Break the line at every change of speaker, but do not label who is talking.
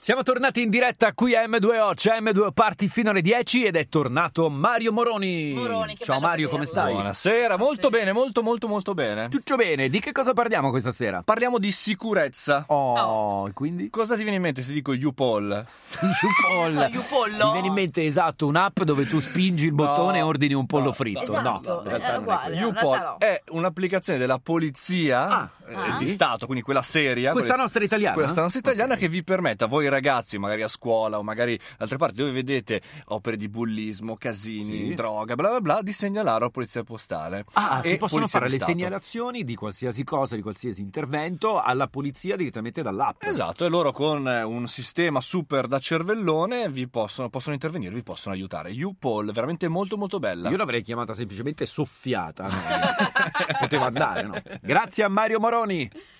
Siamo tornati in diretta qui a M2O, c'è M2O Party fino alle 10 ed è tornato Mario Moroni.
Moroni, che
Ciao
bello
Mario, come
vederlo.
stai?
Buonasera, molto bene, molto molto molto bene.
Tutto bene, di che cosa parliamo questa sera?
Parliamo di sicurezza.
Oh, e quindi?
Cosa ti viene in mente se dico U-Poll?
Yupol.
Non so, Yupollo.
Mi viene in mente esatto un'app dove tu spingi il bottone e ordini un pollo
no,
fritto. No,
esatto, è
in realtà non è
uguale.
quello.
in realtà
U-Poll
no.
è un'applicazione della polizia
Ah,
eh,
ah.
di Stato, quindi quella seria.
Questa
quella-
nostra italiana?
Questa nostra italiana
Ok.
che vi permette a voi ragazzi, magari a scuola o magari altre parti dove vedete opere di bullismo, casini,
Sì.
droga, bla bla bla, di segnalare alla polizia postale.
Ah,
E
si possono
polizia
fare le
di Stato.
segnalazioni di qualsiasi cosa, di qualsiasi intervento alla polizia direttamente dall'app.
Esatto, e loro con eh, un sistema super da cervellone vi possono, possono intervenire, vi possono aiutare. U-Poll, veramente molto molto bella.
Io l'avrei chiamata semplicemente soffiata. no? Poteva andare, no? Grazie a Mario Moroni.